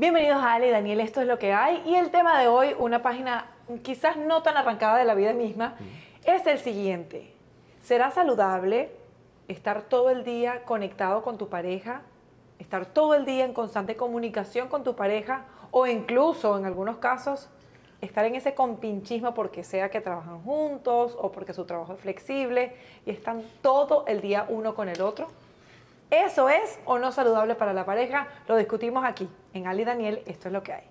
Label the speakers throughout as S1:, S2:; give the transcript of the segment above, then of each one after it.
S1: Bienvenidos a Ale y Daniel, esto es lo que hay y el tema de hoy, una página quizás no tan arrancada de la vida misma, es el siguiente. ¿Será saludable estar todo el día conectado con tu pareja? ¿Estar todo el día en constante comunicación con tu pareja? ¿O incluso, en algunos casos, estar en ese compinchismo porque sea que trabajan juntos o porque su trabajo es flexible y están todo el día uno con el otro? ¿Eso es o no saludable para la pareja? Lo discutimos aquí, en Ali Daniel, esto es lo que hay.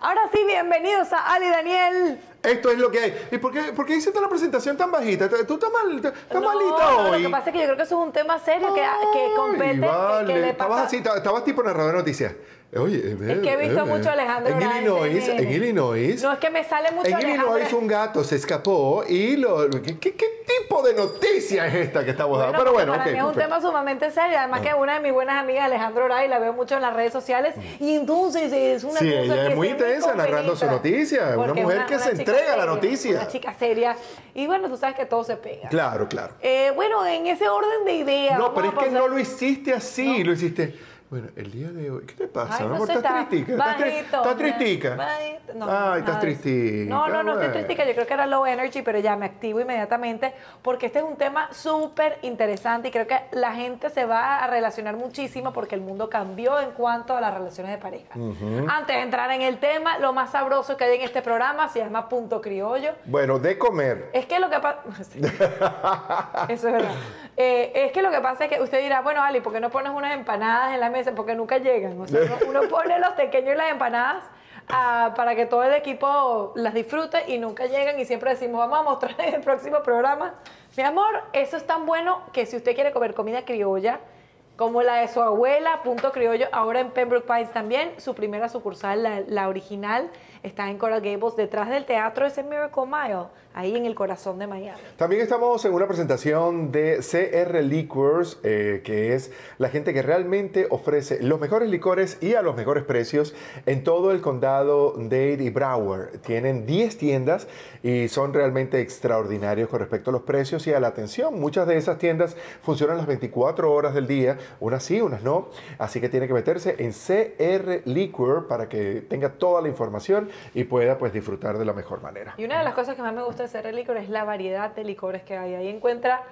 S1: Ahora sí, bienvenidos a Ali Daniel.
S2: Esto es lo que hay. ¿Y por qué, por qué hiciste la presentación tan bajita? Te- Tú estás, mal, te- estás malita
S1: No, no,
S2: hoy.
S1: Lo que pasa es que yo creo que eso es un tema serio que, que
S2: Ay,
S1: compete. que-
S2: vale.
S1: que le
S2: estabas
S1: pasa-
S2: así, ta- estabas tipo narrador de noticias. Eh, Oye, eh,
S1: Es que he visto mucho a Alejandro
S2: En
S1: Hernández
S2: Illinois,
S1: en-
S2: en Illinois.
S1: No es que me sale mucho
S2: en
S1: Alejandro.
S2: Illinois un gato se escapó y lo... ¿Qué, qué- qué tipo de noticia es esta que estamos dando? Pero
S1: porque
S2: bueno,
S1: para
S2: ok.
S1: mí es un
S2: perfecto. Ah.
S1: tema sumamente serio. Además que una de mis buenas amigas, Alejandro Oray, la veo mucho en las redes sociales. Y entonces es una
S2: Mm. Sí,
S1: cosa
S2: ella es
S1: que
S2: muy
S1: siempre
S2: intensa narrando su
S1: compenetra.
S2: noticia. Una
S1: Porque es
S2: mujer que se
S1: chica
S2: entrega a la
S1: seria,
S2: noticia.
S1: Una chica seria. Y bueno, tú sabes que todo se pega.
S2: Claro, claro.
S1: Eh, bueno, en ese orden de ideas.
S2: No,
S1: vamos
S2: pero
S1: a
S2: es que
S1: pasar-
S2: no lo hiciste así, lo hiciste. Bueno, el día de hoy, ¿qué te pasa?
S1: Ay,
S2: mi
S1: no
S2: amor?
S1: sé,
S2: ¿Estás
S1: está
S2: tristica? ¿Estás tri-
S1: bajito,
S2: ¿Estás
S1: ya.
S2: tristica?
S1: Bajito. No,
S2: Ay, estás
S1: nada de eso.
S2: tristica.
S1: No, no, no estoy
S2: bueno.
S1: tristica. Yo creo que era low energy, pero ya me activo inmediatamente porque este es un tema súper interesante y creo que la gente se va a relacionar muchísimo porque el mundo cambió en cuanto a las relaciones de pareja. Antes de entrar en el tema, lo más sabroso que hay en este programa se llama Punto Criollo.
S2: Bueno, de comer.
S1: Es que lo que pasa. Eso es verdad. Eh, es que lo que pasa es que usted dirá, bueno, Ali, ¿por qué no pones unas empanadas en la mesa? Porque nunca llegan. O sea, uno, uno pone los pequeños y las empanadas ah, para que todo el equipo las disfrute y nunca llegan. Y siempre decimos, vamos a mostrar en el próximo programa. Mi amor, eso es tan bueno que si usted quiere comer comida criolla, como la de su abuela, Punto Criollo, ahora en Pembroke Pines también. Su primera sucursal, la, la original, está en Coral Gables, detrás del teatro, ese Miracle Mile, ahí en el corazón de Miami.
S2: También estamos en una presentación de CR Liquors, eh, que es la gente que realmente ofrece los mejores licores y a los mejores precios en todo el condado Dade y Broward. Tienen 10 tiendas y son realmente extraordinarios con respecto a los precios y a la atención. Muchas de esas tiendas funcionan las 24 horas del día, unas sí, unas no. Así que tiene que meterse en CR Liquor para que tenga toda la información y pueda pues disfrutar de la mejor manera.
S1: Y una de las cosas que más me gusta de ser el licor es la variedad de licores que hay. Ahí encuentra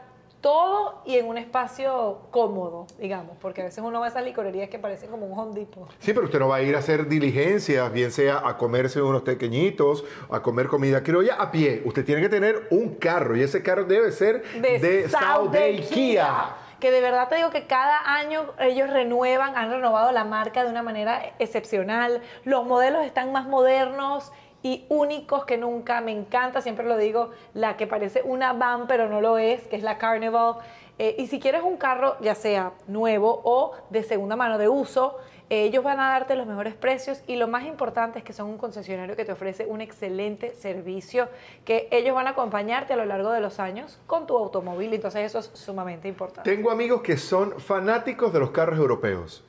S1: todo y en un espacio cómodo, digamos, porque a veces uno va a esas licorerías que parecen como un Home Depot.
S2: Sí, pero usted no va a ir a hacer diligencias, bien sea a comerse unos pequeñitos, a comer comida criolla a pie. Usted tiene que tener un carro y ese carro debe ser de, Southern
S1: Southern
S2: Kia.
S1: Que de verdad te digo que cada año ellos renuevan, han renovado la marca de una manera excepcional. Los modelos están más modernos y únicos que nunca. Me encanta, siempre lo digo, la que parece una van pero no lo es, que es la Carnival. Eh, y si quieres un carro, ya sea nuevo o de segunda mano de uso, eh, ellos van a darte los mejores precios y lo más importante es que son un concesionario que te ofrece un excelente servicio, que ellos van a acompañarte a lo largo de los años con tu automóvil, entonces eso es sumamente importante.
S2: Tengo amigos que son fanáticos de los carros europeos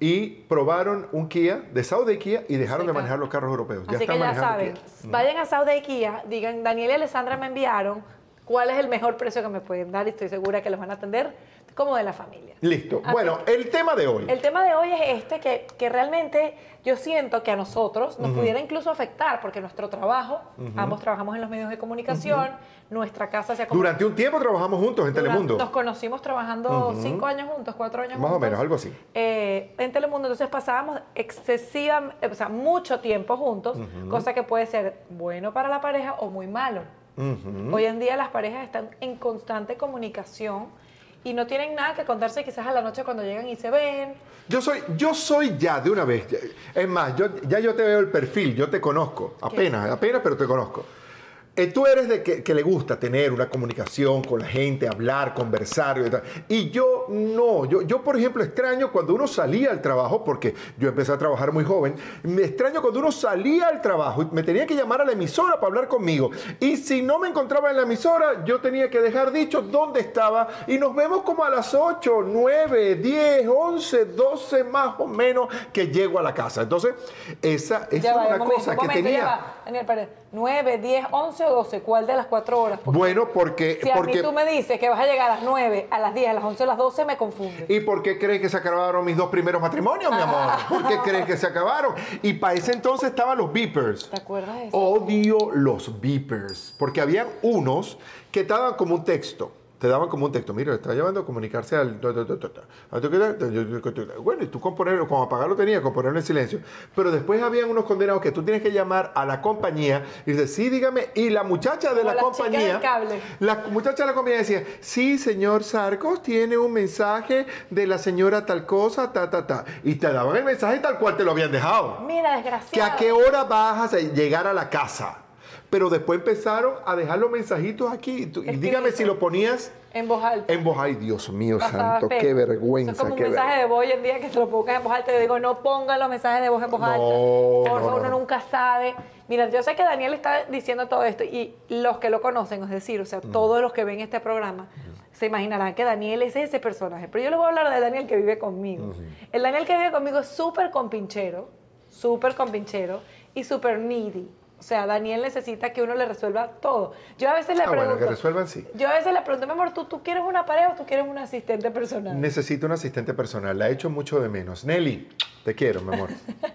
S2: y probaron un Kia de Southern Kia y dejaron
S1: Sí,
S2: de
S1: claro.
S2: manejar los carros europeos.
S1: Así que
S2: están
S1: ya
S2: Pues manejando
S1: saben,
S2: Kia.
S1: vayan a Sauda y Kia, digan, Daniel y Alessandra me enviaron, ¿cuál es el mejor precio que me pueden dar? Y estoy segura que los van a atender como de la familia.
S2: Listo.
S1: Así
S2: Bueno, el tema de hoy.
S1: El tema de hoy es este que, que realmente yo siento que a nosotros nos pudiera incluso afectar porque nuestro trabajo, ambos trabajamos en los medios de comunicación, nuestra casa se ha convertido-
S2: Durante un tiempo trabajamos juntos en
S1: Durante-
S2: Telemundo.
S1: Nos conocimos trabajando cinco años juntos, cuatro años
S2: Más o
S1: juntos.
S2: menos, algo así.
S1: Eh, en Telemundo, entonces pasábamos excesiva, eh, o sea, mucho tiempo juntos, cosa que puede ser bueno para la pareja o muy malo. Hoy en día las parejas están en constante comunicación y no tienen nada que contarse quizás a la noche cuando llegan y se ven.
S2: Yo soy, yo soy ya de una vez. ya- Es más, yo, ya yo te veo el perfil, yo te conozco. Apenas, apenas, pero te conozco. Eh, tú eres de que, que le gusta tener una comunicación con la gente, hablar, conversar. Y, tal. Y yo no. Yo, yo, por ejemplo, extraño cuando uno salía al trabajo, porque yo empecé a trabajar muy joven. Me extraño cuando uno salía al trabajo y me tenía que llamar a la emisora para hablar conmigo. Y si no me encontraba en la emisora, yo tenía que dejar dicho dónde estaba. Y nos vemos como a las 8, 9, 10, 11, 12 más o menos que llego a la casa. Entonces, esa, esa
S1: Ya
S2: es
S1: va,
S2: una
S1: un momento,
S2: cosa
S1: un
S2: que
S1: momento,
S2: tenía.
S1: ya va. Daniel Pérez, 9, 10, 11 o 12, ¿cuál de las cuatro horas? Porque
S2: Bueno, porque...
S1: si a
S2: porque
S1: mí tú me dices que vas a llegar a las 9, a las 10, a las 11, a las 12, me confunde.
S2: ¿Y por qué crees que se acabaron mis dos primeros matrimonios, mi amor? ¿Por qué crees que se acabaron? Y para ese entonces estaban los beepers.
S1: ¿Te acuerdas de eso?
S2: Odio los beepers, porque habían unos que te daban como un texto. Te daban como un texto, mira, está llamando a comunicarse al... Bueno, y tú componerlo, como apagarlo tenía, componerlo en silencio. Pero después habían unos condenados que tú tienes que llamar a la compañía y dices, sí, dígame, y la muchacha de
S1: Como
S2: la,
S1: las chicas del
S2: compañía...
S1: cable.
S2: La muchacha de la compañía decía, sí, señor Sarcos, tiene un mensaje de la señora tal cosa, ta, ta, ta. Y te daban el mensaje tal cual te lo habían dejado
S1: Mira,
S2: que
S1: desgraciado.
S2: a qué hora vas a llegar a la casa. Pero después empezaron a dejar los mensajitos aquí. Tú- Y
S1: Escrito.
S2: dígame si lo ponías
S1: En voz alta.
S2: en voz. Ay, Dios mío,
S1: Pasaba
S2: santo,
S1: pena.
S2: qué
S1: Eso es
S2: vergüenza.
S1: como un
S2: qué
S1: mensaje de voz hoy en día que te lo pongas en voz alta. Yo digo, no pongan los mensajes de voz en voz
S2: No,
S1: alta.
S2: no,
S1: Por favor,
S2: no,
S1: uno
S2: no.
S1: nunca sabe. Mira, yo sé que Daniel está diciendo todo esto y los que lo conocen, es decir, o sea,
S2: Mm.
S1: todos los que ven este programa, se imaginarán que Daniel es ese personaje. Pero yo les voy a hablar de Daniel que vive conmigo.
S2: Mm,
S1: El Daniel que vive conmigo es súper compinchero, súper compinchero y súper needy. O sea, Daniel necesita que uno le resuelva todo. Yo a veces le
S2: Ah, bueno,
S1: pregunto.
S2: que resuelvan, sí.
S1: Yo a veces le pregunto, mi amor, ¿tú, tú quieres una pareja o tú quieres un asistente personal?
S2: Necesito un asistente personal. La echo mucho de menos. Nelly, te quiero, mi amor.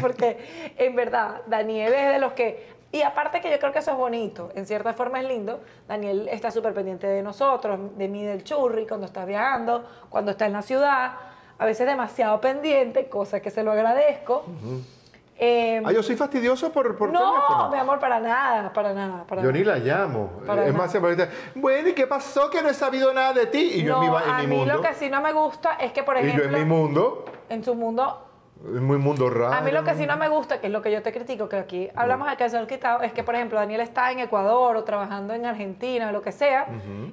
S1: Porque en verdad, Daniel es de los que. Y aparte que yo creo que eso es bonito, en cierta forma es lindo, Daniel está súper pendiente de nosotros, de mí, del churri, cuando está viajando, cuando está en la ciudad, a veces demasiado pendiente, cosa que se lo agradezco. Em,
S2: Ah, yo soy fastidioso por, por
S1: no,
S2: teléfono.
S1: mi amor, para nada, para nada. Para
S2: Yo
S1: nada.
S2: ni la llamo.
S1: Para
S2: es
S1: nada.
S2: más, se me dice, bueno, ¿y qué pasó que no he sabido nada de ti? Y yo en mi,
S1: No,
S2: ba- en
S1: a
S2: mi
S1: mí
S2: mundo.
S1: lo que sí no me gusta es que, por
S2: y
S1: ejemplo,
S2: yo en mi mundo.
S1: en su mundo
S2: En mi mundo raro.
S1: A mí lo que sí no me gusta, que es lo que yo te critico, que aquí hablamos de que se han quitado, es que, por ejemplo, Daniel está en Ecuador o trabajando en Argentina o lo que sea,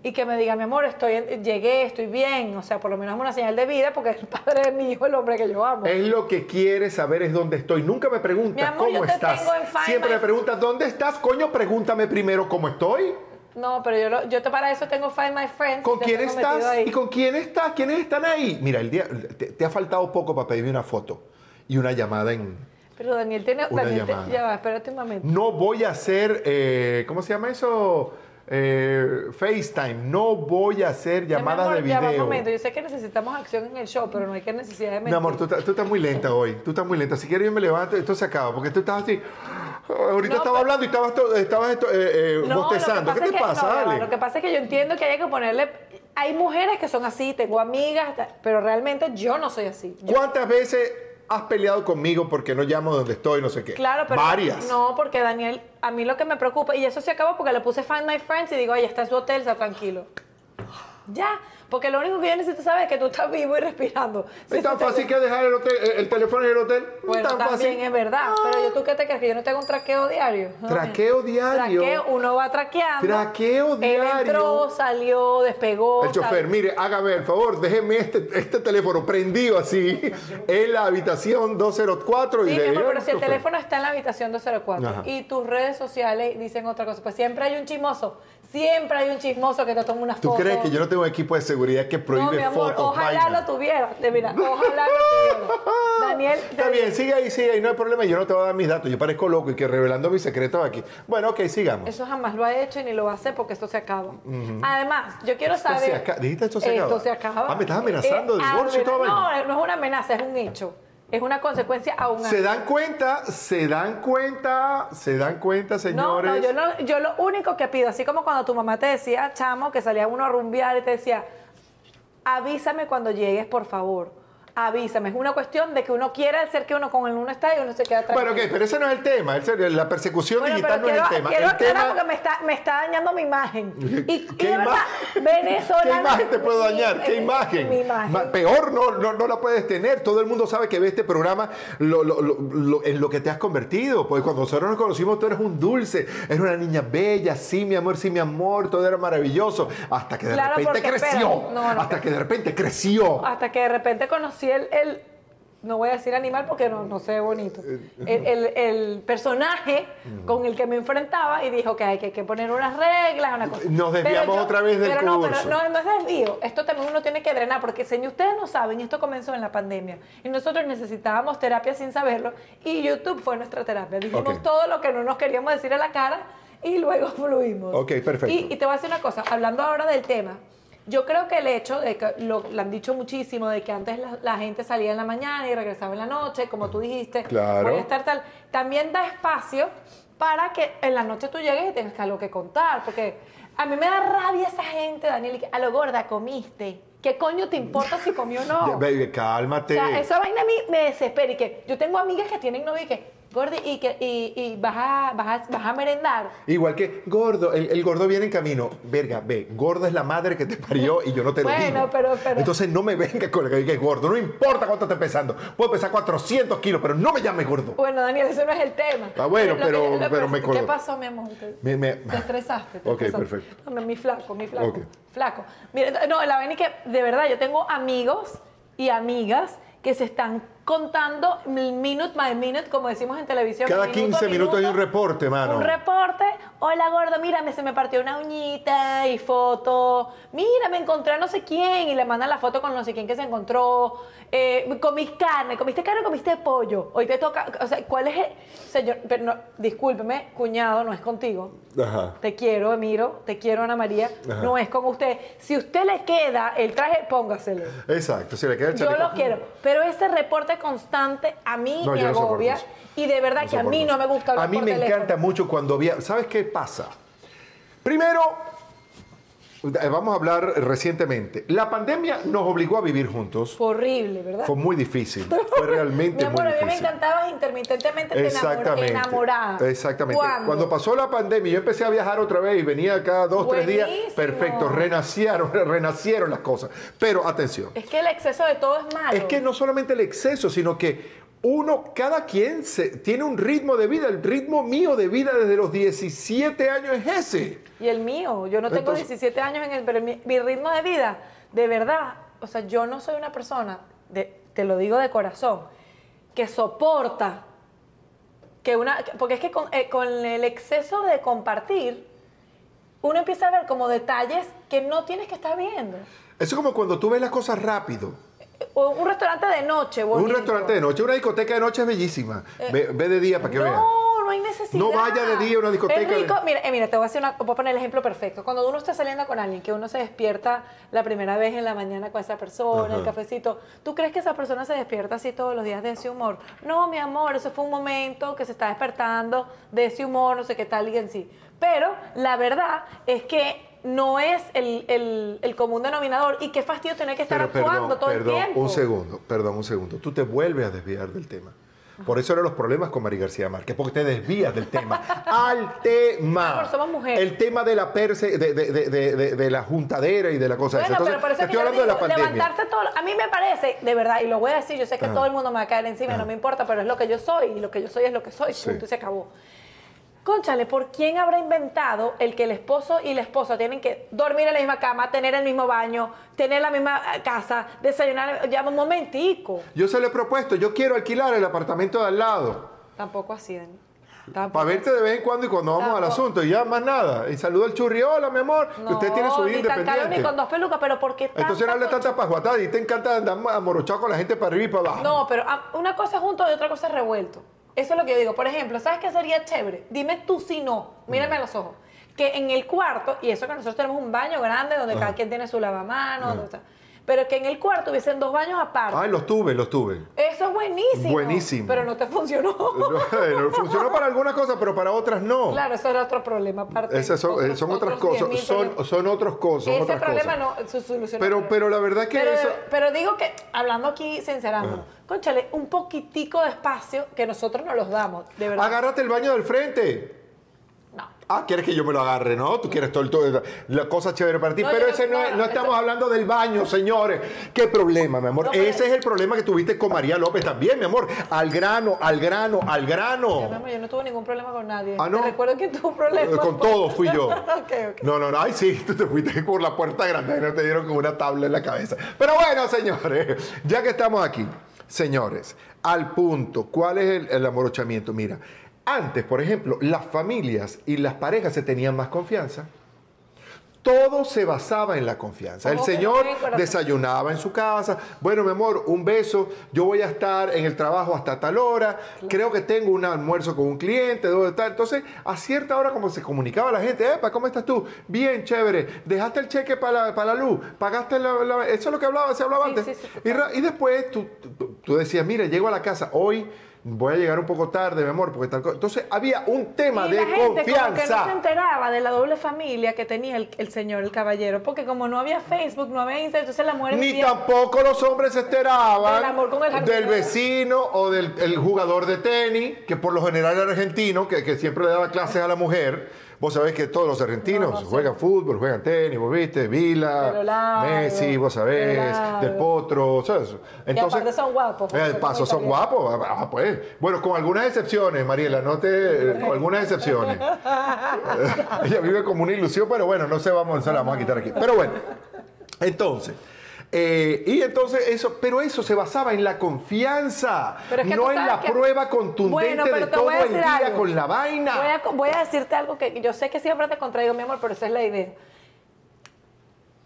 S1: y que me diga, mi amor, estoy en- llegué, estoy bien, o sea, por lo menos es una señal de vida, porque es el padre de mi hijo, el hombre que yo amo.
S2: Es lo que quiere saber es dónde estoy. Nunca me
S1: Mi
S2: preguntas
S1: amor,
S2: cómo
S1: yo te
S2: estás.
S1: tengo en Find
S2: Siempre
S1: My-
S2: me preguntas dónde estás. Coño, pregúntame primero cómo estoy.
S1: No, pero yo, lo- yo te, para eso tengo Find My Friends.
S2: ¿Con
S1: te
S2: quién
S1: tengo metido
S2: estás?
S1: ahí.
S2: ¿Y con quién estás? ¿Quiénes están ahí? Mira, el día te, te ha faltado poco para pedirme una foto y una llamada en.
S1: Pero Daniel tiene...
S2: Una
S1: Daniel te-
S2: llamada.
S1: ya va, espérate un momento.
S2: No voy a hacer, eh, ¿cómo se llama eso? Eh, FaceTime. No voy a hacer
S1: Ya, mi
S2: llamadas
S1: amor,
S2: de
S1: ya va, un
S2: video.
S1: momento, yo sé que necesitamos acción en el show, pero no hay que necesidad de
S2: Mi
S1: mentir.
S2: amor, tú, estás- tú estás muy lenta hoy. Tú estás muy lenta. Si quieres, yo me levanto. Esto se acaba. Porque tú estabas así. Ahorita
S1: No,
S2: estaba
S1: pero-
S2: hablando y estabas, to- estabas esto, eh,
S1: No,
S2: eh,
S1: lo que
S2: bostezando. ¿Qué
S1: pasa
S2: te
S1: es que-
S2: pasa,
S1: no, no,
S2: Ale?
S1: Lo que pasa es que yo entiendo que hay que ponerle. Hay mujeres que son así, tengo amigas, ta- pero realmente yo no soy así. Yo-
S2: ¿Cuántas veces has peleado conmigo porque no llamo donde estoy, no sé qué?
S1: claro, pero.
S2: Varias.
S1: No, porque Daniel, a mí lo que me preocupa, y eso se acabó porque le puse Find My Friends y digo, ay, está en su hotel, está tranquilo. Ya, porque lo único que yo necesito saber es que tú estás vivo y respirando.
S2: Es
S1: Si
S2: tan
S1: tú te-
S2: fácil que dejar el, hotel- eh, el- el teléfono en el hotel. No
S1: Bueno,
S2: tan
S1: también
S2: fácil. Ah.
S1: es verdad, pero yo tú qué te crees que yo no tengo un traqueo diario.
S2: Traqueo diario.
S1: Traqueo, uno va traqueando.
S2: Traqueo
S1: Él
S2: diario.
S1: entró, salió, despegó.
S2: El
S1: sal-
S2: chofer, mire, hágame el favor, déjeme este, este teléfono prendido así en la habitación 204 y
S1: Sí,
S2: le
S1: mi amor,
S2: digo,
S1: pero si el
S2: chofer.
S1: teléfono está en la habitación 204
S2: Ajá.
S1: y tus redes sociales dicen otra cosa, pues siempre hay un chismoso, siempre hay un chismoso que te toma una
S2: ¿Tú
S1: foto.
S2: crees que yo no tengo un equipo de seguridad que prohíbe
S1: No, mi amor,
S2: fotos?
S1: ojalá
S2: vainas?
S1: lo tuviera. De- Mira, ojalá lo tuviera. Daniel, te
S2: Está bien, sigue ahí, sigue ahí, no hay problema. Yo no te voy a dar mis datos. Yo parezco loco y que revelando mis secretos aquí. Bueno, ok, sigamos.
S1: Eso jamás lo ha hecho y ni lo va a hacer porque esto se acaba. Además, yo quiero
S2: Esto se
S1: saber.
S2: aca- dijiste esto se acaba.
S1: Esto se acaba.
S2: Ah, me estás amenazando de divorcio y toda
S1: amen-
S2: vaina.
S1: No, no es una amenaza, es un hecho. Es una consecuencia a un
S2: Se dan cuenta, se dan cuenta, se dan cuenta,
S1: No,
S2: señores.
S1: no, yo, no- yo lo único que pido, así como cuando tu mamá te decía, chamo, que salía uno a rumbear y te decía, avísame cuando llegues, por favor. avísame. Es una cuestión de que uno quiera el ser que uno con el uno está y uno se queda atrás.
S2: Bueno, ok, pero ese no es el tema. el ser- La persecución
S1: Bueno, pero
S2: digital no
S1: quiero,
S2: es el tema.
S1: quiero
S2: el
S1: aclarar
S2: tema
S1: porque me está, me está dañando mi imagen. Y, y
S2: ¿Qué
S1: de verdad,
S2: ima-
S1: venezolana-
S2: ¿Qué imagen te puedo
S1: mi-
S2: dañar? ¿Qué
S1: eh,
S2: imagen?
S1: Mi imagen.
S2: Ma- Peor no, no, no la puedes tener. Todo el mundo sabe que ve este programa lo, lo- lo- lo- en lo que te has convertido. Porque cuando nosotros nos conocimos, tú eres un dulce. Eres una niña bella. Sí, mi amor, sí, mi amor. Todo era maravilloso. Hasta que de
S1: Claro,
S2: repente
S1: porque, espera,
S2: creció.
S1: no, no, Ah,
S2: Hasta que de repente creció.
S1: Hasta que de repente conocí el, el- no voy a decir animal porque no, no se ve bonito,
S2: Eh,
S1: el, el- el personaje con el que me enfrentaba y dijo que hay que, hay que poner unas reglas, una cosa.
S2: Nos
S1: Pero
S2: desviamos otra vez del
S1: pero no, pero
S2: curso.
S1: no, no es desvío, esto también uno tiene que drenar porque señor, ustedes no saben, y esto comenzó en la pandemia y nosotros necesitábamos terapia sin saberlo y YouTube fue nuestra terapia. Dijimos
S2: Ok.
S1: todo lo que no nos queríamos decir a la cara y luego fluimos.
S2: Ok, perfecto.
S1: Y- y te voy a decir una cosa, hablando ahora del tema, yo creo que el hecho de que lo, lo han dicho muchísimo, de que antes la, la gente salía en la mañana y regresaba en la noche, como tú dijiste,
S2: Claro.
S1: voy a estar tal, también da espacio para que en la noche tú llegues y tengas algo que contar, porque a mí me da rabia esa gente, Daniel, y que, a lo gorda comiste. ¿Qué coño te importa si comió o
S2: Ya,
S1: no?
S2: baby, cálmate.
S1: O sea, esa vaina a mí me desespera. Y que yo tengo amigas que tienen novio y que, gordi, y, que, y, y vas, a, vas, a, vas a merendar.
S2: Igual que gordo, el, el gordo viene en camino. Verga, ve, gordo es la madre que te parió y yo no te lo
S1: Bueno,
S2: digo.
S1: pero- pero-
S2: Entonces no me venga con el que es gordo. No importa cuánto esté pesando. Puedo pesar 400 kilos, pero no me llames gordo.
S1: Bueno, Daniel, eso no es el tema.
S2: Ah, bueno,
S1: Lo
S2: pero-
S1: lo
S2: pero me colgó.
S1: ¿Qué pasó, mi amor? Te,
S2: Me- me-
S1: te estresaste. te
S2: Ok,
S1: estresaste.
S2: perfecto.
S1: No, mi- mi flaco, mi flaco.
S2: Ok.
S1: Flaco. Mira, no, la vaina es que, de verdad, yo tengo amigos y amigas que se están contando minute by minute, como decimos en televisión.
S2: Cada
S1: minuto a
S2: 15 minutos hay un
S1: minuto.
S2: reporte, mano.
S1: Un reporte. Hola, gordo, mira, me- se me partió una uñita y foto. Mira, me encontré a no sé quién y le mandan la foto con no sé quién que se encontró. Eh, comí carne, comiste carne o comiste pollo. Hoy te toca, o sea, ¿cuál es el...? Señor, pero no, discúlpeme, cuñado, no es contigo.
S2: Ajá.
S1: Te quiero, Emiro, te quiero, Ana María.
S2: Ajá.
S1: No es con usted. Si usted le queda el traje, póngaselo.
S2: Exacto, si le queda el
S1: Yo
S2: chaleco.
S1: lo quiero, pero ese reporte constante a mí
S2: No,
S1: me
S2: yo no soporto
S1: agobia
S2: eso.
S1: y de verdad
S2: No
S1: que a mí no
S2: soporto.
S1: me gusta hablar
S2: A mí
S1: por
S2: me
S1: teléfono.
S2: encanta mucho cuando había. ¿Sabes qué pasa? Primero, eh, vamos a hablar recientemente. La pandemia nos obligó a vivir juntos.
S1: Fue horrible, ¿verdad?
S2: Fue muy difícil. Fue realmente
S1: Mi amor, a
S2: muy
S1: mí me
S2: difícil.
S1: encantabas intermitentemente te enamor-
S2: Exactamente.
S1: enamorada.
S2: Exactamente.
S1: ¿Cuándo?
S2: Cuando pasó la pandemia, yo empecé a viajar otra vez y venía cada dos, tres días.
S1: Buenísimo.
S2: Perfecto, renacieron, renacieron las cosas. Pero atención,
S1: Es que el exceso de todo es malo.
S2: es que no solamente el exceso, sino que uno, cada quien se, tiene un ritmo de vida. El ritmo mío de vida desde los 17 años es ese.
S1: Y el mío, yo no tengo
S2: Entonces-
S1: 17 años en el, pero mi, mi ritmo de vida, de verdad, o sea, yo no soy una persona, de- te lo digo de corazón, que soporta que una, porque es que con, eh, con el exceso de compartir, uno empieza a ver como detalles que no tienes que estar viendo.
S2: Eso es como cuando tú ves las cosas rápido.
S1: O un restaurante de noche,
S2: Un
S1: bonito. Eh,
S2: restaurante de noche, una discoteca de noche es bellísima. ve, ve de día para que
S1: no,
S2: vean.
S1: no hay necesidad.
S2: No vaya de día a una discoteca.
S1: Es rico- mira, eh, mira, te voy a, hacer una- voy a poner el ejemplo perfecto. Cuando uno está saliendo con alguien, que uno se despierta la primera vez en la mañana con esa persona,
S2: Ajá.
S1: el cafecito, ¿tú crees que esa persona se despierta así todos los días de ese humor? No, mi amor, eso fue un momento que se está despertando de ese humor, no sé qué tal y en sí. Pero la verdad es que no es el, el- el común denominador y qué fastidio tener que estar
S2: Pero
S1: actuando
S2: perdón,
S1: todo
S2: perdón,
S1: el tiempo.
S2: un segundo, perdón, un segundo. Tú te vuelves a desviar del tema. Por eso eran los problemas con Mari García Márquez, porque te desvías del tema. ¡Al tema!
S1: Amor, somos mujeres.
S2: El tema de la perse, de, de- de- de- de- de la juntadera y de la cosa
S1: Bueno,
S2: esa. Entonces,
S1: pero por eso
S2: te
S1: es que
S2: estoy
S1: yo
S2: hablando de la
S1: digo,
S2: pandemia.
S1: levantarse todo, lo- a mí me parece, de verdad, y lo voy a decir, yo sé que
S2: Ajá.
S1: todo el mundo me va a caer encima,
S2: Ajá.
S1: no me importa, pero es lo que yo soy, y lo que yo soy es lo que soy,
S2: Sí.
S1: punto, y se acabó. Conchale, ¿por quién habrá inventado el que el esposo y la esposa tienen que dormir en la misma cama, tener el mismo baño, tener la misma eh, casa, desayunar? Ya, un momentico.
S2: Yo se lo he propuesto, yo quiero alquilar el apartamento de al lado.
S1: Tampoco así, Dani. Tampoco
S2: Para verte de vez en cuando y cuando vamos al
S1: Tampoco.
S2: asunto. Y ya más nada. Y saludo al churri, hola mi amor. que
S1: No,
S2: usted tiene su vida
S1: ni tan caro,
S2: independiente.
S1: ni con dos pelucas, pero ¿por qué tanta
S2: Entonces no le
S1: concha-
S2: tanta pajuatada y te encanta andar amorochado con la gente para arriba y para abajo.
S1: No, pero ah, una cosa es junto y otra cosa es revuelto. Eso es lo que yo digo. Por ejemplo, ¿sabes qué sería chévere? Dime tú si no. Mírame a los ojos. Que en el cuarto, y eso que nosotros tenemos un baño grande donde cada quien tiene su lavamanos, donde está- pero que en el cuarto hubiesen dos baños aparte.
S2: Ay, los Ah, tuve, los tuve.
S1: Eso es buenísimo.
S2: Buenísimo.
S1: Pero no te funcionó.
S2: Bueno, funcionó para algunas cosas, pero para otras no.
S1: Claro, eso era otro problema aparte.
S2: Esas son, eh,
S1: Otros-
S2: son otras
S1: otros 10.000
S2: cosas, son,
S1: problemas.
S2: son otros cosas. son
S1: Ese
S2: otras
S1: problema
S2: cosas.
S1: no se solucionó.
S2: Pero, pero la verdad que
S1: Pero,
S2: eso...
S1: pero digo que, hablando aquí, sincerándonos, conchale, un poquitico de espacio que nosotros no los damos, de verdad.
S2: Agárrate el baño del frente.
S1: No.
S2: Ah, quieres que yo me lo agarre, ¿no? Tú quieres todo, todo- la cosa chévere para ti.
S1: No,
S2: pero
S1: yo-
S2: ese no, es-
S1: no,
S2: no
S1: eso-
S2: estamos hablando del baño, señores. ¿Qué problema, mi amor?
S1: No, pero-
S2: Ese es el problema que tuviste con María López también, mi amor. Al grano, al grano,
S1: Ya,
S2: al
S1: mi
S2: grano.
S1: amor, yo no tuve ningún problema con nadie.
S2: Ah, ¿no?
S1: Te recuerdo que tuvo problemas.
S2: Eh, Con todo fui yo.
S1: ok, ok.
S2: No, no, no. Ay, sí, tú te fuiste por la puerta grande y no te dieron con una tabla en la cabeza. Pero bueno, señores, ya que estamos aquí, señores, al punto, ¿cuál es el, el amorochamiento? Mira, antes, por ejemplo, las familias y las parejas se tenían más confianza. Todo se basaba en la confianza. El
S1: Ojo,
S2: señor
S1: sí, corazón.
S2: desayunaba en su casa. Bueno, mi amor, un beso. Yo voy a estar en el trabajo hasta tal hora. Creo que tengo un almuerzo con un cliente. debo estar. Entonces, a cierta hora, como se comunicaba la gente, Epa, ¿cómo estás tú? Bien, chévere. Dejaste el cheque para la, para la luz. Pagaste la, la-". Eso es lo que hablaba, se hablaba
S1: Sí,
S2: antes.
S1: sí, sí,
S2: Y ra- y, después tú, tú- tú decías, mira, llego a la casa hoy. Voy a llegar un poco tarde, mi amor, porque tal cosa. Entonces había un tema
S1: y
S2: de
S1: la gente como que
S2: confianza.
S1: no se enteraba de la doble familia que tenía el, el señor, el caballero, porque como no había Facebook, no había Instagram, entonces la mujer
S2: Ni
S1: vivía-
S2: tampoco los hombres se enteraban
S1: Del amor con el jardinero.
S2: del vecino o del el jugador de tenis, que por lo general era argentino, que, que siempre le daba clases a la mujer. Vos sabés que todos los argentinos
S1: No, no sé.
S2: juegan fútbol, juegan tenis, vos viste, Vila,
S1: Pero largo,
S2: Messi, vos sabés,
S1: pero largo.
S2: Del Potro, ¿sabes?
S1: aparte son guapos,
S2: Eh,
S1: son
S2: paso,
S1: muy
S2: son guapos. Ah, pues. Bueno, con algunas excepciones, Mariela, no te. eh, Con algunas excepciones. Ella vive como una ilusión, pero bueno, no se vamos, se la vamos a quitar aquí. Pero bueno, entonces. eh, y entonces eso, pero eso se basaba en la confianza,
S1: Pero es que
S2: no
S1: tú
S2: en
S1: sabes
S2: la
S1: que-
S2: prueba contundente
S1: Bueno, pero
S2: de
S1: te
S2: todo
S1: voy a
S2: el
S1: decir
S2: día
S1: algo.
S2: con la vaina.
S1: Voy a, voy a decirte algo que yo sé que siempre te contraigo, mi amor, pero esa es la idea.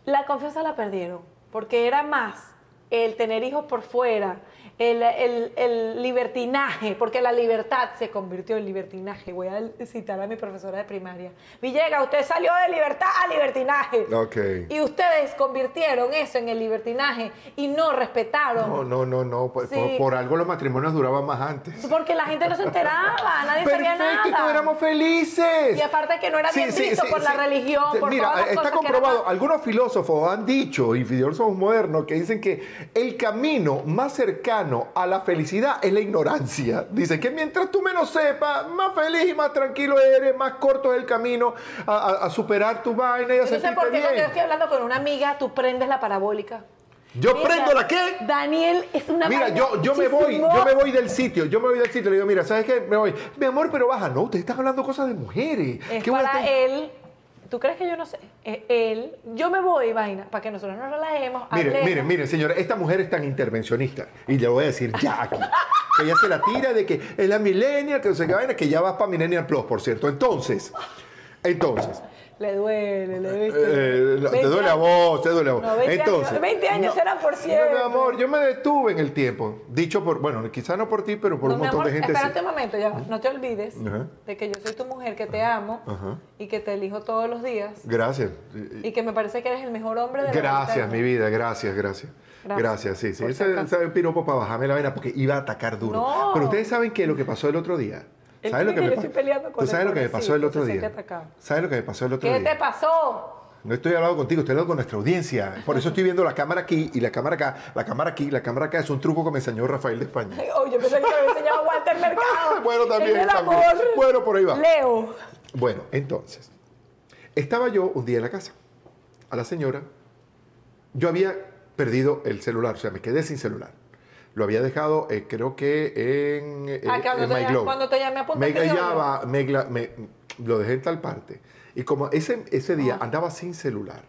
S1: La confianza la perdieron, porque era más el tener hijos por fuera, el, el- el libertinaje, porque la libertad se convirtió en libertinaje. Voy a citar a mi profesora de primaria. Villega, usted salió de libertad a libertinaje.
S2: Ok.
S1: Y ustedes convirtieron eso en el libertinaje y no respetaron.
S2: No, no, no, no. Por,
S1: Sí.
S2: por- por algo los matrimonios duraban más antes.
S1: Porque la gente no se enteraba, nadie sabía nada.
S2: Perfecto, y todos éramos felices.
S1: Y aparte que no era bien visto por la religión, por
S2: Mira,
S1: todas las
S2: está
S1: cosas que era
S2: comprobado.
S1: más-
S2: Algunos filósofos han dicho, y filósofos modernos, que dicen que el camino más cercano a la felicidad es la ignorancia. Dicen que mientras tú menos sepas, más feliz y más tranquilo eres, más corto es el camino a, a- a superar tu vaina y
S1: Yo
S2: a
S1: no sé
S2: sentirte
S1: por qué cuando yo
S2: bien.
S1: estoy hablando con una amiga, tú prendes la parabólica.
S2: ¿Yo
S1: Mira,
S2: prendo la qué?
S1: Daniel es una
S2: Mira,
S1: vaina
S2: yo, yo me voy,
S1: chismosa.
S2: yo me voy del sitio, yo me voy del sitio. Le digo, mira, ¿sabes qué? Me voy. Mi amor, pero baja, no, ustedes están hablando cosas de mujeres.
S1: Es
S2: Qué buena
S1: para
S2: te-
S1: él. ¿Tú crees que yo no sé? Es él. Yo me voy, vaina, para que nosotros nos relajemos.
S2: Miren,
S1: hablemos.
S2: miren, miren, señores, esta mujer es tan intervencionista. Y le voy a decir ya aquí. Que ella se la tira de que es la millennial, que no sé qué vaina, que ya vas para Millennial Plus, por cierto. Entonces, entonces.
S1: Le duele, le duele.
S2: Eh, no, te duele a vos, te duele a vos.
S1: No, 20 años-
S2: Entonces,
S1: 20 años eran por
S2: cierto.
S1: siempre.
S2: mi amor, yo me detuve en el tiempo. Dicho por, bueno, quizás no por ti, pero por
S1: No,
S2: un
S1: mi
S2: montón
S1: amor,
S2: de gente. sí.
S1: Espérate un momento, ya. va. No te olvides
S2: Ajá.
S1: de que yo soy tu mujer, que te amo
S2: Ajá.
S1: y que te elijo todos los días
S2: Gracias.
S1: y que me parece que eres el mejor hombre de la
S2: Gracias,
S1: vida.
S2: mi vida, gracias, gracias.
S1: Gracias.
S2: Gracias, sí, sí.
S1: Por si
S2: Ese,
S1: acaso.
S2: ese piropo para bajarme la vena porque iba a atacar duro.
S1: No.
S2: Pero ustedes saben que lo que pasó el otro día.
S1: Él
S2: ¿Sabes lo
S1: cree que
S2: que me
S1: yo
S2: pasó?
S1: estoy peleando con
S2: ¿Tú sabes
S1: él,
S2: lo que me pasó el
S1: pobrecito,
S2: otro
S1: se
S2: día?
S1: siente atacado.
S2: ¿Sabes lo que me pasó el otro
S1: ¿Qué
S2: día?
S1: te pasó?
S2: No estoy hablando contigo, estoy hablando con nuestra audiencia. Por eso estoy viendo la cámara aquí y la cámara acá, la cámara aquí, la cámara acá. Es un truco que me enseñó Rafael de España.
S1: Oh, yo pensé que me había enseñado a Walter Mercado.
S2: Bueno, también,
S1: En el
S2: también.
S1: amor.
S2: Bueno, por ahí va.
S1: Leo.
S2: Bueno, entonces, estaba yo un día en la casa, a la señora, yo había perdido el celular, o sea, me quedé sin celular. Lo había dejado, eh, creo que en, eh,
S1: Ah, que cuando
S2: en
S1: te llam-
S2: MyGlobe.
S1: cuando te llamé, apunta
S2: Me
S1: que yo-
S2: hallaba, me gla- me- lo dejé en tal parte. Y como ese, ese día
S1: Ah.
S2: andaba sin celular,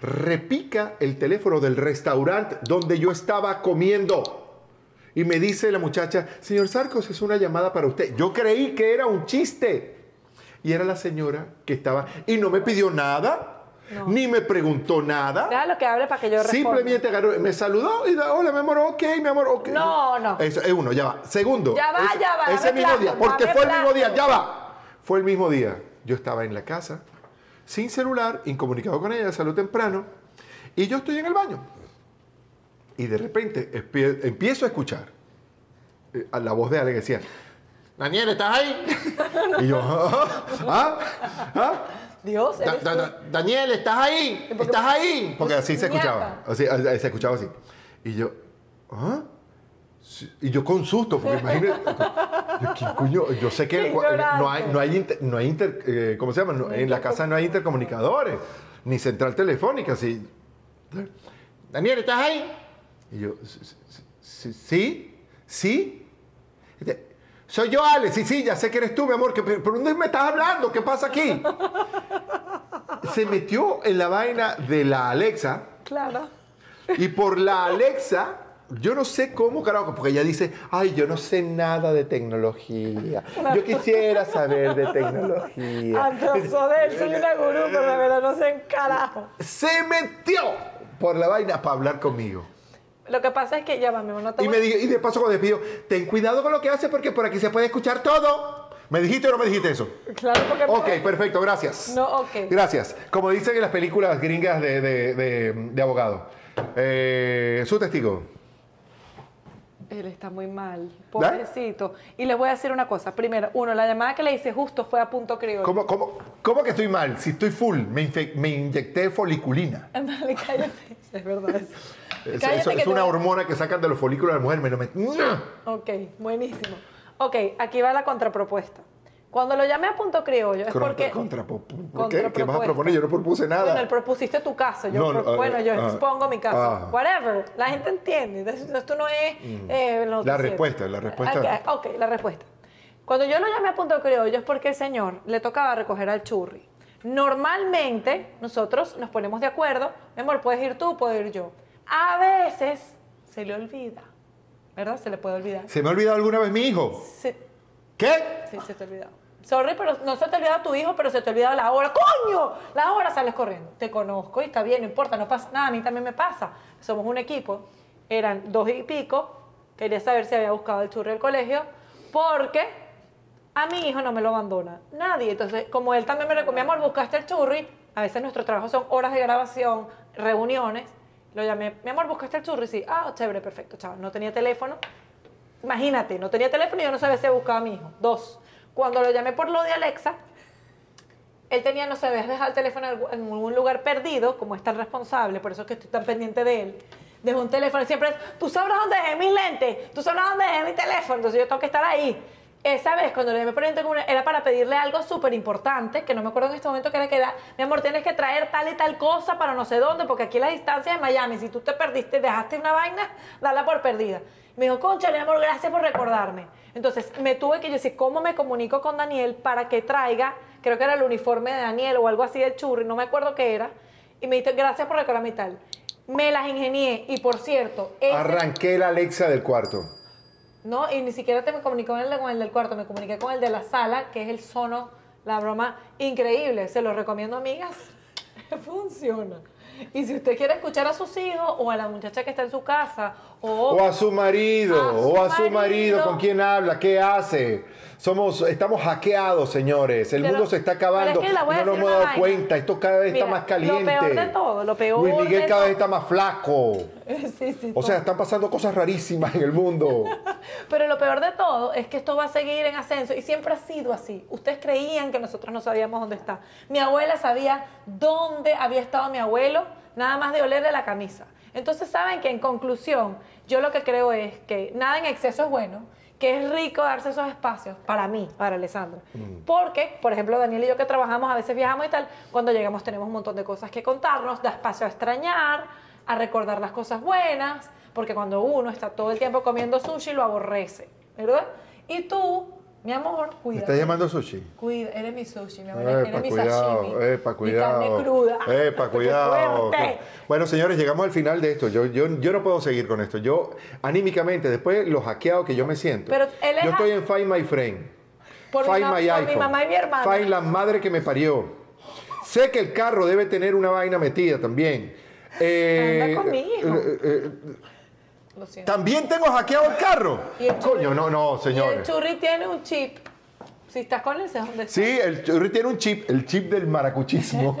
S2: repica el teléfono del restaurante donde yo estaba comiendo. Y me dice la muchacha, señor Sarcos, es una llamada para usted. Yo creí que era un chiste. Y era la señora que estaba, y no me pidió nada,
S1: No.
S2: ni me preguntó nada.
S1: Déjalo que hable para que yo responda.
S2: Simplemente agarró, me saludó y da, hola, mi amor, ok, mi amor, ok.
S1: No, no.
S2: Eso es uno, ya va. Segundo.
S1: Ya va,
S2: ese,
S1: ya va,
S2: Ese
S1: dame
S2: mismo
S1: plazo,
S2: día, porque
S1: dame
S2: fue el mismo
S1: plazo.
S2: día, ya va. Fue el mismo día. Yo estaba en la casa, sin celular, incomunicado con ella, salud temprano, y yo estoy en el baño. Y de repente espie- empiezo a escuchar eh, a la voz de Ale que decía, Daniel, ¿estás ahí? y yo, ¿ah? ¿Ah? ¿Ah?
S1: Dios,
S2: Da-
S1: eres
S2: da-
S1: tú.
S2: da- Daniel, ¿estás ahí?
S1: Porque-
S2: ¿Estás ahí? Porque así se
S1: Ñapa.
S2: escuchaba. Así, así- se escuchaba así. Y yo, ¿ah? Sí, Y yo con susto, porque imagínate. yo, ¿qué coño? Yo sé que
S1: Qué
S2: cua- no hay,
S1: ignorante.
S2: no hay, inter- no hay inter- eh, ¿cómo se llama? No- en la casa no hay intercomunicadores, ni central telefónica. Así. Daniel, ¿estás ahí? Y yo, ¿sí? ¿Sí? ¿Sí? Este, Soy yo, Ale. Sí, sí, ya sé que eres tú, mi amor. que- ¿Pero pero dónde me estás hablando? ¿Qué pasa aquí? Se metió en la vaina de la Alexa.
S1: Claro.
S2: Y por la Alexa, yo no sé cómo, carajo, porque ella dice, ay, yo no sé nada de tecnología. Yo quisiera saber de tecnología.
S1: Antes de él, soy una gurú, pero de verdad no sé en carajo.
S2: Se metió por la vaina para hablar conmigo.
S1: Lo que pasa es que ya va, mi amor, no te
S2: Y,
S1: voy-
S2: me di- y de paso cuando despido, ten cuidado con lo que haces porque por aquí se puede escuchar todo. ¿Me dijiste o no me dijiste eso?
S1: Claro, porque...
S2: Ok, perfecto, gracias.
S1: No, ok.
S2: Gracias. Como dicen en las películas gringas de, de, de- de abogado. Eh, su testigo.
S1: Él está muy mal, pobrecito. Y les voy a decir una cosa. Primero, uno, la llamada que le hice justo fue a punto criollo.
S2: ¿Cómo, cómo, cómo que estoy mal? Si estoy full, me, infe- me inyecté foliculina.
S1: Ándale, cállate. Es verdad eso.
S2: Es,
S1: Cállate
S2: eso-
S1: que
S2: es
S1: te
S2: una
S1: voy-
S2: hormona que sacan de los folículos de la mujer. Me lo met-
S1: Ok, buenísimo. Ok, aquí va la contrapropuesta. Cuando lo llamé a punto criollo es
S2: Contra-
S1: porque...
S2: contra- po- po- ¿qué?
S1: Contrapropuesta.
S2: ¿Qué vas a proponer? Yo no propuse nada.
S1: Bueno, él propusiste tu caso. Yo
S2: No, no,
S1: pro-
S2: ah,
S1: bueno, yo
S2: ah,
S1: expongo mi caso.
S2: ah.
S1: Whatever. La gente entiende. Entonces, no, Esto no es... eh, lo
S2: Mm. La
S1: que
S2: respuesta, la respuesta.
S1: Ok, ok, la respuesta. Cuando yo lo llamé a punto criollo es porque el señor le tocaba recoger al churri. Normalmente nosotros nos ponemos de acuerdo, mi amor, puedes ir tú, puedo ir yo. A veces se le olvida, ¿verdad? Se le puede olvidar.
S2: ¿Se me ha olvidado alguna vez mi hijo?
S1: Se-
S2: ¿Qué?
S1: sí, se te ha olvidado. Sorry, pero no se te ha olvidado tu hijo, pero se te ha olvidado la hora. ¡Coño! La hora sales corriendo. Te conozco y está bien, no importa, no pasa nada. A mí también me pasa. Somos un equipo. Eran dos y pico. Quería saber si había buscado el churri al colegio porque a mi hijo no me lo abandona nadie. Entonces, como él también me recomienda, amor, buscaste el churri. A veces nuestro trabajo son horas de grabación, reuniones. Lo llamé, mi amor, buscaste el churri. Sí, ah, chévere, perfecto, chao. No tenía teléfono. Imagínate, no tenía teléfono y yo no sabía si buscaba a mi hijo. Dos, cuando lo llamé por lo de Alexa, él tenía, no sé, habías dejado el teléfono en algún- en algún lugar perdido, como es tan responsable, por eso es que estoy tan pendiente de él. Dejó un teléfono, siempre es, tú sabrás dónde dejé mis lentes, tú sabrás dónde dejé mi teléfono, entonces yo tengo que estar ahí. Esa vez, cuando le llamé por intercomunicador, era para pedirle algo súper importante, que no me acuerdo en este momento que era que era, mi amor, tienes que traer tal y tal cosa para no sé dónde, porque aquí la distancia es Miami, si tú te perdiste, dejaste una vaina, dala por perdida. Me dijo, concha, mi amor, gracias por recordarme. Entonces, me tuve que yo decir, ¿cómo me comunico con Daniel para que traiga creo que era el uniforme de Daniel o algo así del churri, no me acuerdo qué era, y me dijiste, gracias por recordarme y tal. Me las ingenié, y por cierto, ese-
S2: Arranqué la Alexa del cuarto.
S1: no, y ni siquiera te me comunicó con el, con el del cuarto, me comuniqué con el de la sala, que es el sono, la broma increíble, se los recomiendo, amigas, funciona. Y si usted quiere escuchar a sus hijos o a la muchacha que está en su casa, o,
S2: O a su marido,
S1: Oh. A su
S2: o a su marido,
S1: marido.
S2: con quién habla, qué hace. Somos, estamos hackeados, señores. El
S1: Pero-
S2: mundo se está
S1: pero
S2: acabando.
S1: es que la voy a
S2: no nos
S1: decir
S2: hemos
S1: una
S2: dado
S1: vaina.
S2: cuenta. Esto cada vez está
S1: Mira,
S2: más caliente.
S1: Lo peor de todo, lo peor
S2: Luis Miguel
S1: de
S2: cada
S1: todo.
S2: vez está más flaco.
S1: Sí, sí,
S2: O sea, están pasando cosas rarísimas en el mundo.
S1: Pero lo peor de todo es que esto va a seguir en ascenso y siempre ha sido así. Ustedes creían que nosotros no sabíamos dónde está. Mi abuela sabía dónde había estado mi abuelo, nada más de olerle la camisa. Entonces saben que en conclusión, yo lo que creo es que nada en exceso es bueno, que es rico darse esos espacios para mí, para Alessandro. Porque, por ejemplo, Daniel y yo que trabajamos, a veces viajamos y tal, cuando llegamos tenemos un montón de cosas que contarnos, da espacio a extrañar, a recordar las cosas buenas, porque cuando uno está todo el tiempo comiendo sushi lo aborrece, ¿verdad? Y tú, mi amor,
S2: ¿Me
S1: cuida.
S2: estás llamando sushi?
S1: Cuida, eres mi sushi, mi amor, eres
S2: Epa,
S1: mi
S2: cuidado,
S1: sashimi.
S2: epa,
S1: Mi
S2: cuidado.
S1: carne cruda.
S2: Epa, cuidado.
S1: ¡Qué fuerte!
S2: Bueno, señores, llegamos al final de esto. Yo, yo, yo no puedo seguir con esto. Yo, anímicamente, después de lo hackeado que yo me siento.
S1: Pero él es
S2: yo estoy
S1: ha-
S2: en Find My Friend.
S1: Por mi
S2: Find
S1: mam-
S2: My
S1: por
S2: iPhone.
S1: mi mamá y mi hermana.
S2: Find la madre que me parió. Sé que el carro debe tener una vaina metida también. Eh,
S1: Anda con mi hijo.
S2: eh, eh,
S1: Lo siento.
S2: también tengo hackeado el carro.
S1: Y el churri-
S2: Coño, no, no,
S1: Y el
S2: señores.
S1: churri tiene un chip. Si estás con él, ¿sabes dónde está?
S2: Sí, el churri tiene un chip, el chip del maracuchismo.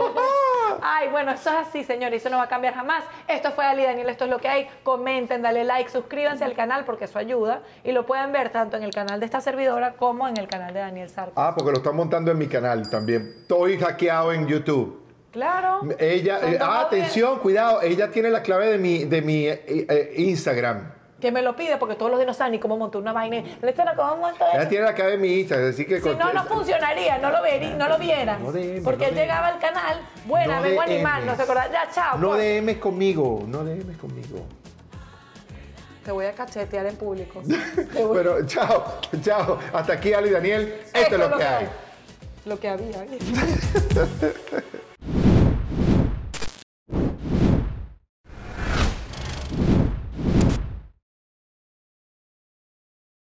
S1: Ay, bueno, eso es así, señor, eso no va a cambiar jamás. Esto fue Ali Daniel, esto es lo que hay. Comenten, dale like, suscríbanse al canal porque eso ayuda. Y lo pueden ver tanto en el canal de esta servidora como en el canal de Daniel Sarco.
S2: Ah, porque lo están montando en mi canal también. Estoy hackeado en YouTube.
S1: Claro.
S2: Ella,
S1: Son
S2: eh,
S1: dos
S2: ah,
S1: novias
S2: atención, cuidado, ella tiene la clave de mi, de mi eh, eh, Instagram.
S1: Que me lo pide porque todos los días no saben ni cómo montar una vaina. Le cómo montar
S2: Ella tiene la clave de mi Instagram, así que...
S1: Si no, no funcionaría, no lo, verí, no lo vieras.
S2: No DM,
S1: porque
S2: no
S1: él
S2: DM.
S1: llegaba al canal, buena,
S2: No
S1: vengo a
S2: DM.
S1: animar, no se acordaba, ya, chao.
S2: No
S1: pues.
S2: DMs conmigo, no DMs conmigo.
S1: Te voy a cachetear en público. Te voy-
S2: Pero chao, chao. Hasta aquí, Ali Daniel. Esto, es lo que hay.
S1: Lo que había.